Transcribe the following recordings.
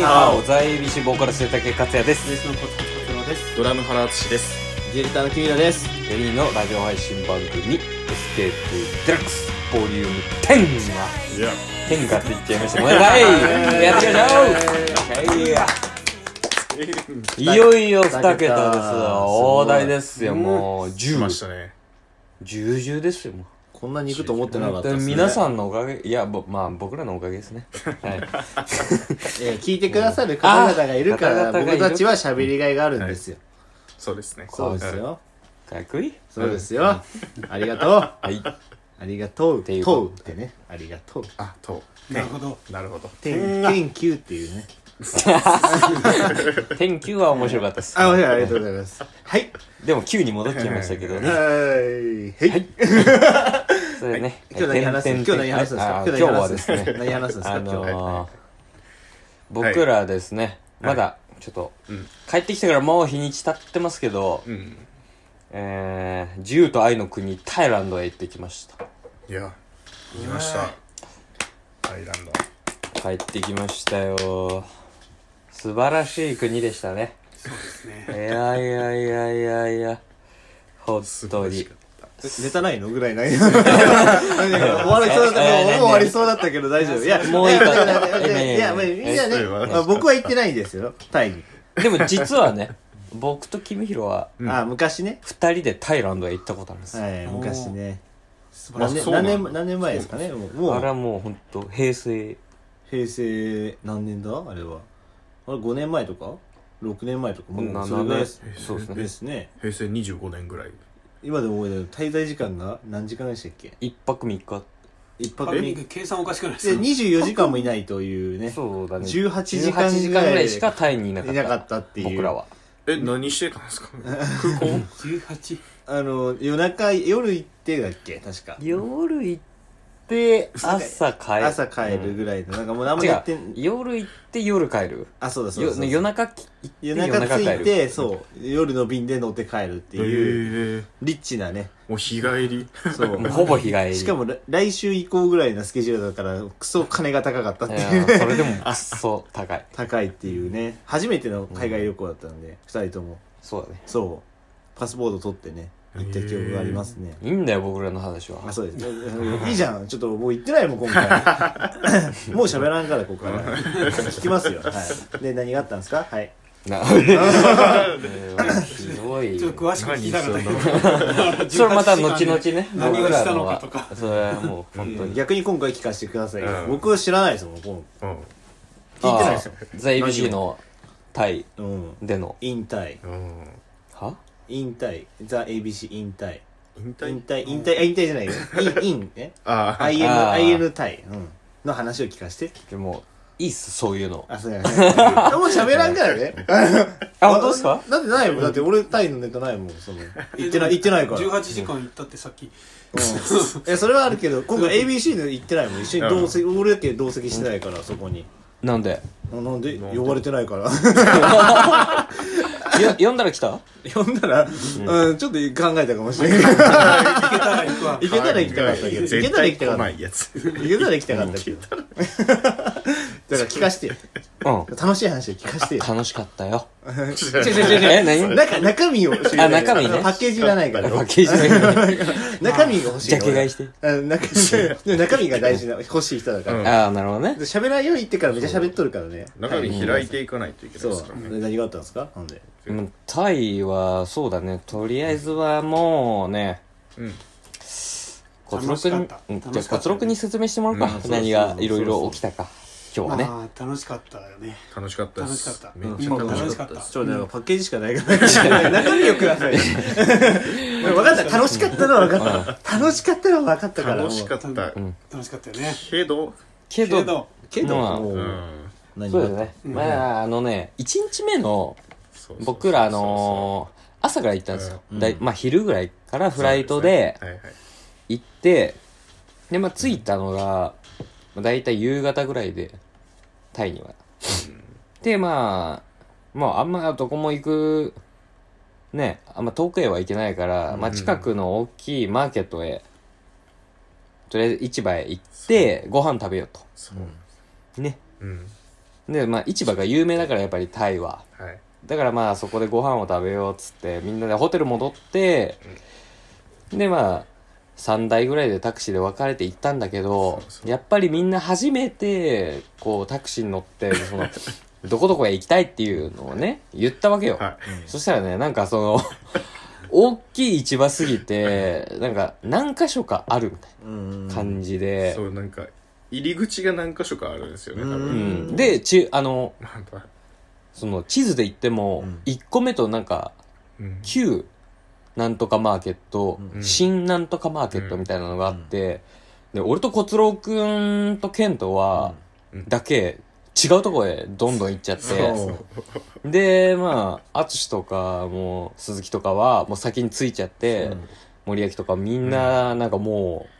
ラオ在日ボーカル末竹克也ですベースのコツコツコツロです。ドラム原敦です。ディレクターのキミラです。 4人のラジオ配信番組「エスケープデラックスボリューム10」はいや、天下って言っちゃいました。ごめんなさい。やってみましょう。いよいよ二桁です二桁よ。大台ですよ。もう来十ましたね。十十ですよ。もうこんなに行くと思ってなか本った当です、にね。皆ん、さんのおかげ、いや、ぼまあ僕らのおかげですね。はい。えー聞いてくださる方々がいるかあら、方々がい僕るたちは喋りがいがあるんですよ。そうですね。そうですよ。かっこいい。そうですよ。ありがとう。はい。ありがとう。ていうとうってね。ありがとう。うん。あ、と。なるほど。なるほど。天、天球っていうね。天球は面白かったです。あ、おいありがとうございます。はい。でも9に戻っちゃいましたけどはね。い。はい。それね。今日何話すんですか今日何話すんですかあ今日何は話ですすんか ね。何話すんですかあ今日。のー、僕らですね、まだちょっと、帰ってきてからもう日にち経ってますけど、うん。えー、自由と愛の国タイランドへ行ってきました。いや、言いました。アイランド。帰ってきましたよ。素晴らしい国でしたね。そうですね。いやいやいやいやいや、本当に。ネタないのぐらいない終わりそうだったもうもうええ終わりそうだったけど大丈夫いやもういいからやややええいやまあみんなええねまあ僕は行ってないんですよタイにでも実はね、僕と君ヒロはあ昔ね二人でタイランドへ行ったことあるんですよ。はい昔ね素晴ら何しい。年そうな何んだ年何年前ですかねもうもあれうはもう本当平成平成何年だあれはあれ5年前とか6年前とかもうそれぐらいです年そうですねですね平成25年ぐらい。今でも覚えてる滞在時間が何時間でしたっけ一泊三日一パ泊ッ三キン日グ計算おかしくないですでか24時間もいないというねそうだね18時間18時間ぐらいしかタイにいなかっいたなかったっていう僕らはえ、何してたんですか ?18。あの夜中夜行ってだっけ確か夜行って朝帰る朝帰るぐらいの、なんかもう何も違やってうん夜行って夜帰るあそうだそうだよそうだ夜中き行って夜夜中中着帰いるてそう夜の便で乗って帰るってえいう、ー、リッチな ねお日帰 り。そうもうほぼ日帰りしかも来来週以降ぐらいのスケジュールだからクソ金が高かったっいてやいうーそれでもくっそ高い 高いっていうね初めての海外旅行だったんで、二人ともそうだねそうパスポート取ってね行った記憶がありますね、いいんだよ僕らの話はあそうです いいじゃんちょっともう言ってないもん今回もう喋らんからここから聞きますよ、はい、で何があったんですかはい なこれはひどいちょっと詳しく聞きたかったけど。それまた後々ね 何を僕らしたのかはとか。それはもう本当に逆に今回聞かせてくださいよ、うん僕は知らないですもんもうん。う聞いてないですよあーザ ABC のタイうんでの引退うん。は引退ザ ABC 引退引引退退引退あ引退じゃないよインインえああ、 IN あー IN 対、うん、の話を聞かせてでもいいっすそういうのあそうやねもう喋らんからねあ本当ですかだってないもんだって俺タイのネタないもんその言ってない言ってないから18時間行ったってさっき。うん、えそれはあるけど今回 ABC の行ってないもん一緒に同席、俺だけ同席してないからそこになんであなんでなんで呼ばれてないからよ読んだら来た呼んだら、うんちょっと考えたかもしれない行行けたら行くわ。けたら行きたかったけど行け絶たら対行きたかった来な行いやつ。 けたら行きたかったけどだから聞かしてようん楽しい話を聞かしてよ楽しかったよ違う違う違うえ何中中身を知りたいあ中身ねパッケージがないかパらッケージがいい中身が欲しいジャケ買いしてうん中身中身が大事な欲しい人だから、う んああなるほどねで喋らないように言ってからめっちゃ喋っとるからね中身開いていかないといけないそでうすからね。で何があったんですかなんでうんタイはそうだねとりあえずはもうねうん。コツロクに楽しかったうん楽しかじったゃあコツロクに説明してもらおううんかそう何がいろいろ起きたか今日はねまあ、楽しかったよね。楽しかったで楽す。しかった。めっちゃ今も楽しかっでたす。そうなんかパッケージしかないから、中身をくだ さい。分かった、楽しかったのは分かった。楽しかったのは分かったから。楽しかっったん楽しかったよね。けど、けけどど、たけど、まあもう。うん何そうがだねまああのね1日目のそうそうそう僕らあのー朝から行ったんですようんだいまあ昼ぐらいからフライトでそうですね行ってでまあ着いたのが、まあ、大体夕方ぐらいでタイにはでまあまああんまどこも行くねあんま遠くへは行けないから、まあ、近くの大きいマーケットへとりあえず市場へ行ってご飯食べようはいはいとねそううんで、まあ、市場が有名だから、やっぱりタイは。はい。だからまあ、そこでご飯を食べようっつって、みんなでホテル戻って、で、まあ、3台ぐらいでタクシーで別れて行ったんだけど、そうそうやっぱりみんな初めて、こう、タクシーに乗って、そ の、どこどこへ行きたいっていうのをね、言ったわけよ。はそしたらね、なんかその、 大きい市場すぎて、なんか何箇所かあるみたいうんな感じい。で、そう、なんか、入り口が何箇所かあるんですよね、多う分。ん。で、ち、あの、なんか、その地図で言ってもうん、 1個目となんか、うん。旧なんとかマーケット、うん新なんとかマーケットみたいなのがあって、で、俺と小郎くんとケントは、うんだけ、違うとこへどんどん行っちゃっそて、で、まあ、淳とか、もう、鈴木とかは、もう先に着いちゃって、うん森脇とかみんな、なんかもう、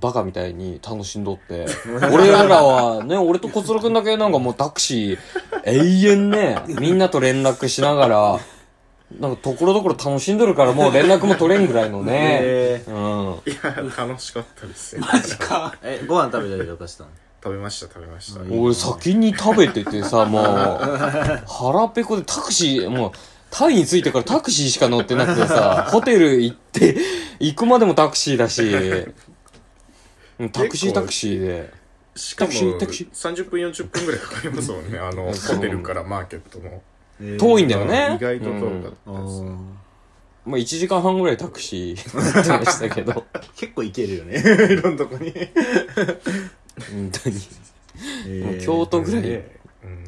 バカみたいに楽しんどって。俺らは、ね、俺と小鶴くんだけなんかもうタクシー、永遠ね、みんなと連絡しながら、なんかところどころ楽しんどるからもう連絡も取れんぐらいのね。えうん。いや、楽しかったですね。マジか。ーえご飯食べたりとかしたの食べました、食べました。俺先に食べてて さ、もう、腹ペコでタクシー、もう、タイに着いてからタクシーしか乗ってなくて さ、ホテル行って、行くまでもタクシーだし、うんタクシータクシーで。しかも、タクシータクシー30分、40分ぐらいかかりますもんね。あの、そうホテルからマーケットの。遠いんだよね。意外と遠かっあたですね。ーまあ1時間半ぐらいタクシー 乗ってましたけど。結構行けるよねいろんなとこに本当に。もう京都ぐらい行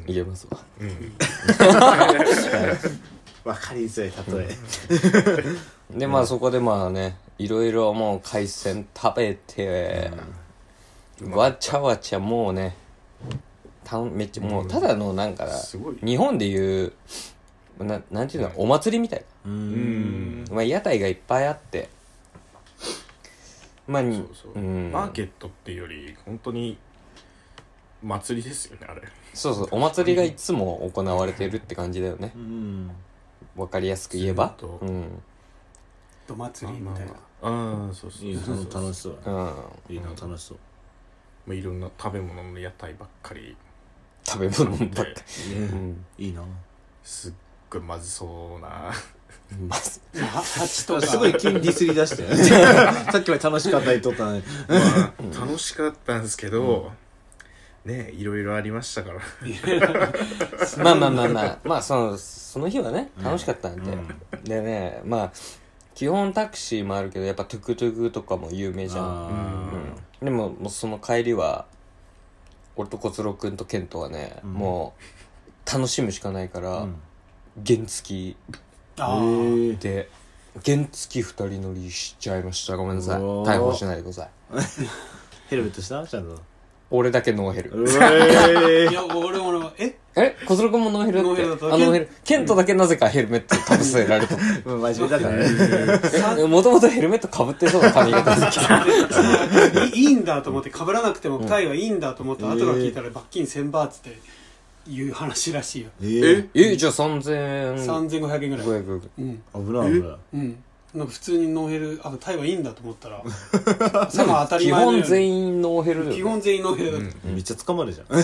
うんけますわ。うん。わかりづらい例えで、まあそこでまあね、いろいろもう海鮮食べて、わちゃわちゃもうね、たんめっちゃ、もうただのなんか、すごい日本でいう、ななんていうの、お祭りみたい。ううんん。まあ屋台がいっぱいあって、まあ、そうそう。んマーケットっていうより、本当に、祭りですよね、あれ。そうそう、お祭りがいつも行われてるって感じだよねう。んわかりやすく言えば。ずっとうん。お祭りみたいな。ああ、そうそう。いいなそうそう楽しそううだん。いいな楽しそうまあ、いろんな食べ物の屋台ばっかり食べ物ばっかでうん。いいなすっごいまずそうなまず、まあ、蜂とか。すごい急にディスり出 してさっきまで楽しかったりとったのにま あ楽しかったんですけど、ねいろいろありましたからまあまあまあまあ、まあその、その日はね、楽しかったんで。でね、まあ、基本タクシーもあるけど、やっぱトゥクトゥクとかも有名じゃん。あでも、もうその帰りは、俺と小鶴くんとケントはね、んもう、楽しむしかないかーらう、ん原付あへーーきで、原付き二人乗りしちゃいました。ごめんなさい。うおー逮捕しないでください。ヘルメットしたちゃんと俺だけノーヘル。うえいや、俺も俺も、え え小鶴君もノーヘルだっノーヘてルだったあノーヘルケントだけなぜかヘルメットかぶせられた 真面目だからねえ もともとヘルメットかぶってそうな髪 型だけどいいいんだと思って、被らなくてもタイはいいんだと思って、後から聞いたら罰金1000バーツっていう話らしいよ。えーえじゃあ3500 3500円ぐらい。円うん。危ない危ないうん。なんか普通にノーヘル、あ、タイはいいんだと思った ら、さあ当たり基前のよう本に全員ノーヘルだ基よね本全員ノーヘルだった。めっちゃ捕まるじゃん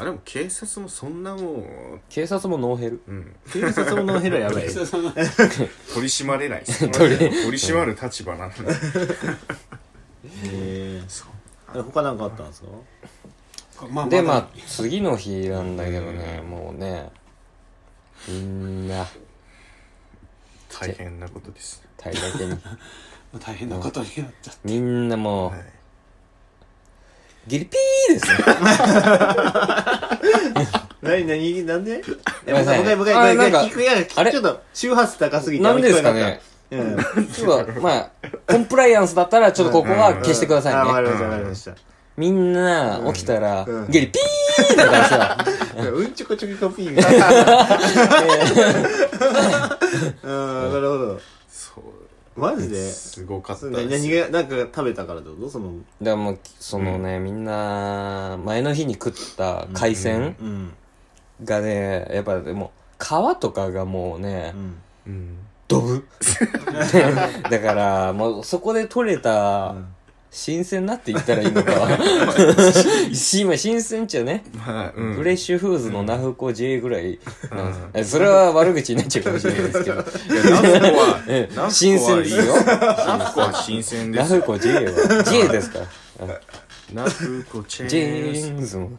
あでも警察もそんなも警察もノーヘルう、うん、警察ものヘラやば い それその取り締まれないです 取り締まる立場なんでえそうー他なんかあったんですかまあでままあ次の日なんだけどねもうねみんな大変なことですね体だけにあ、大変なことになっちゃっみんなもう、はいギリピーですねなになになんでえ、ごめんなさいもうもう一回あもう一回もう一回なんか聞くいやあれちょっと周波数高すぎてなんでですかね聞こえなかったうん今日はまあコンプライアンスだったらちょっとここは消してくださいね、あわかりましたわかりましたみんな起きたら、うんゲリピーってなったんですよ。うんちょこちょこコピーみたいな。うん、なるほど。そうマジですごかったそでれす何が、なんか食べたからってことその、だからもうそのね、みんな前の日に食った海鮮うん、がね、やっぱでも皮とかがもうね、うん。うんドブだからもうそこで取れたん新鮮なって言ったらいいのか今新鮮っちゃね、まあ、うん。フレッしシュフーズのナフコ J ぐらいなんです、えそれは悪口になっちゃうかもしれないですけどい。ナフコは、えナフコはいい新鮮ですよ。ナフコは新鮮でナすフ。コ J は J ですからあナフコ チェ J ーンーンズも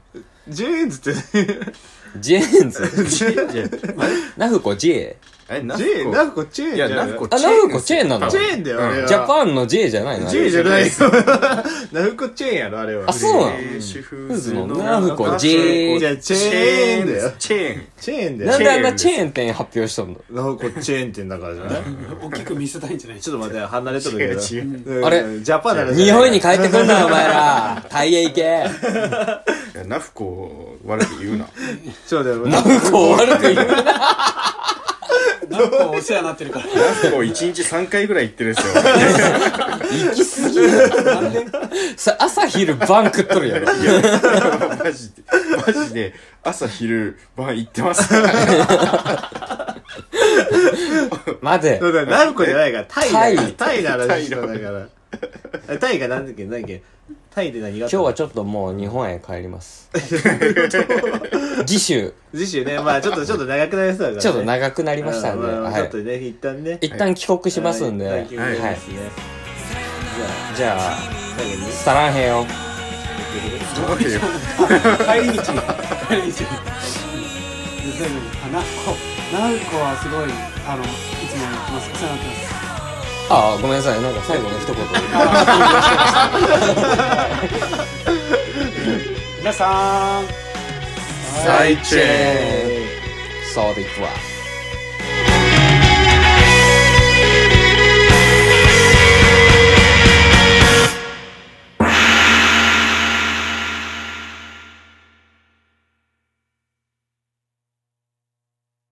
ジェーンズって、 J ーンズジェジェナフコ J え、ナジェーン、ナフコチェーンいじや、ゃなナいフコあナフコチェーンなのチェーンだよ、あれは。ジャパンの J じゃないのあジェれーンじゃないよ。ナフコチェーンやろ、あれは。あそうなのフレッシュフーフズズののナフコい J や、チェーンだよ。チェーン。チェーンだなんよ。であんなチェーン店発表しとんのナフコチェーンってだからじゃない大きく見せたいんじゃないちょっと待って、離れとるけど。違う違うんあれジャパンなら日本に帰ってくんなお前らタイヤ行けいやナフコを悪く言うな。 そうだよ。ナフコを悪く言うななんかお世話になってるかナフコ一日3回ぐらい行ってるんですよ。 行き過ぎるらなんでさ朝昼晩食っとるやろいや、マジで、マジで、朝昼晩行ってま す。待 てそうだよ、ナフコじゃないから、タイだよ。タイならタイ人だから。あタイが何だっけ、何だっけ。タイで何があったの今日はちょっともう日本へ帰ります次週次週ね、まあちょ っと、ちょっと長くなりそうだからね。ちょっと長くなりりましたんで、ちはょっとい、ね、一旦ね。一旦帰国しますんで、ははいい一旦休憩ですねじゃあさらんへんよわけよ帰り道帰り道全部ナフコナフコはすごいあのいつも言ってますお世話になってますああごめんなさいなんか最後の一言皆さん最チェーンそうでいくわ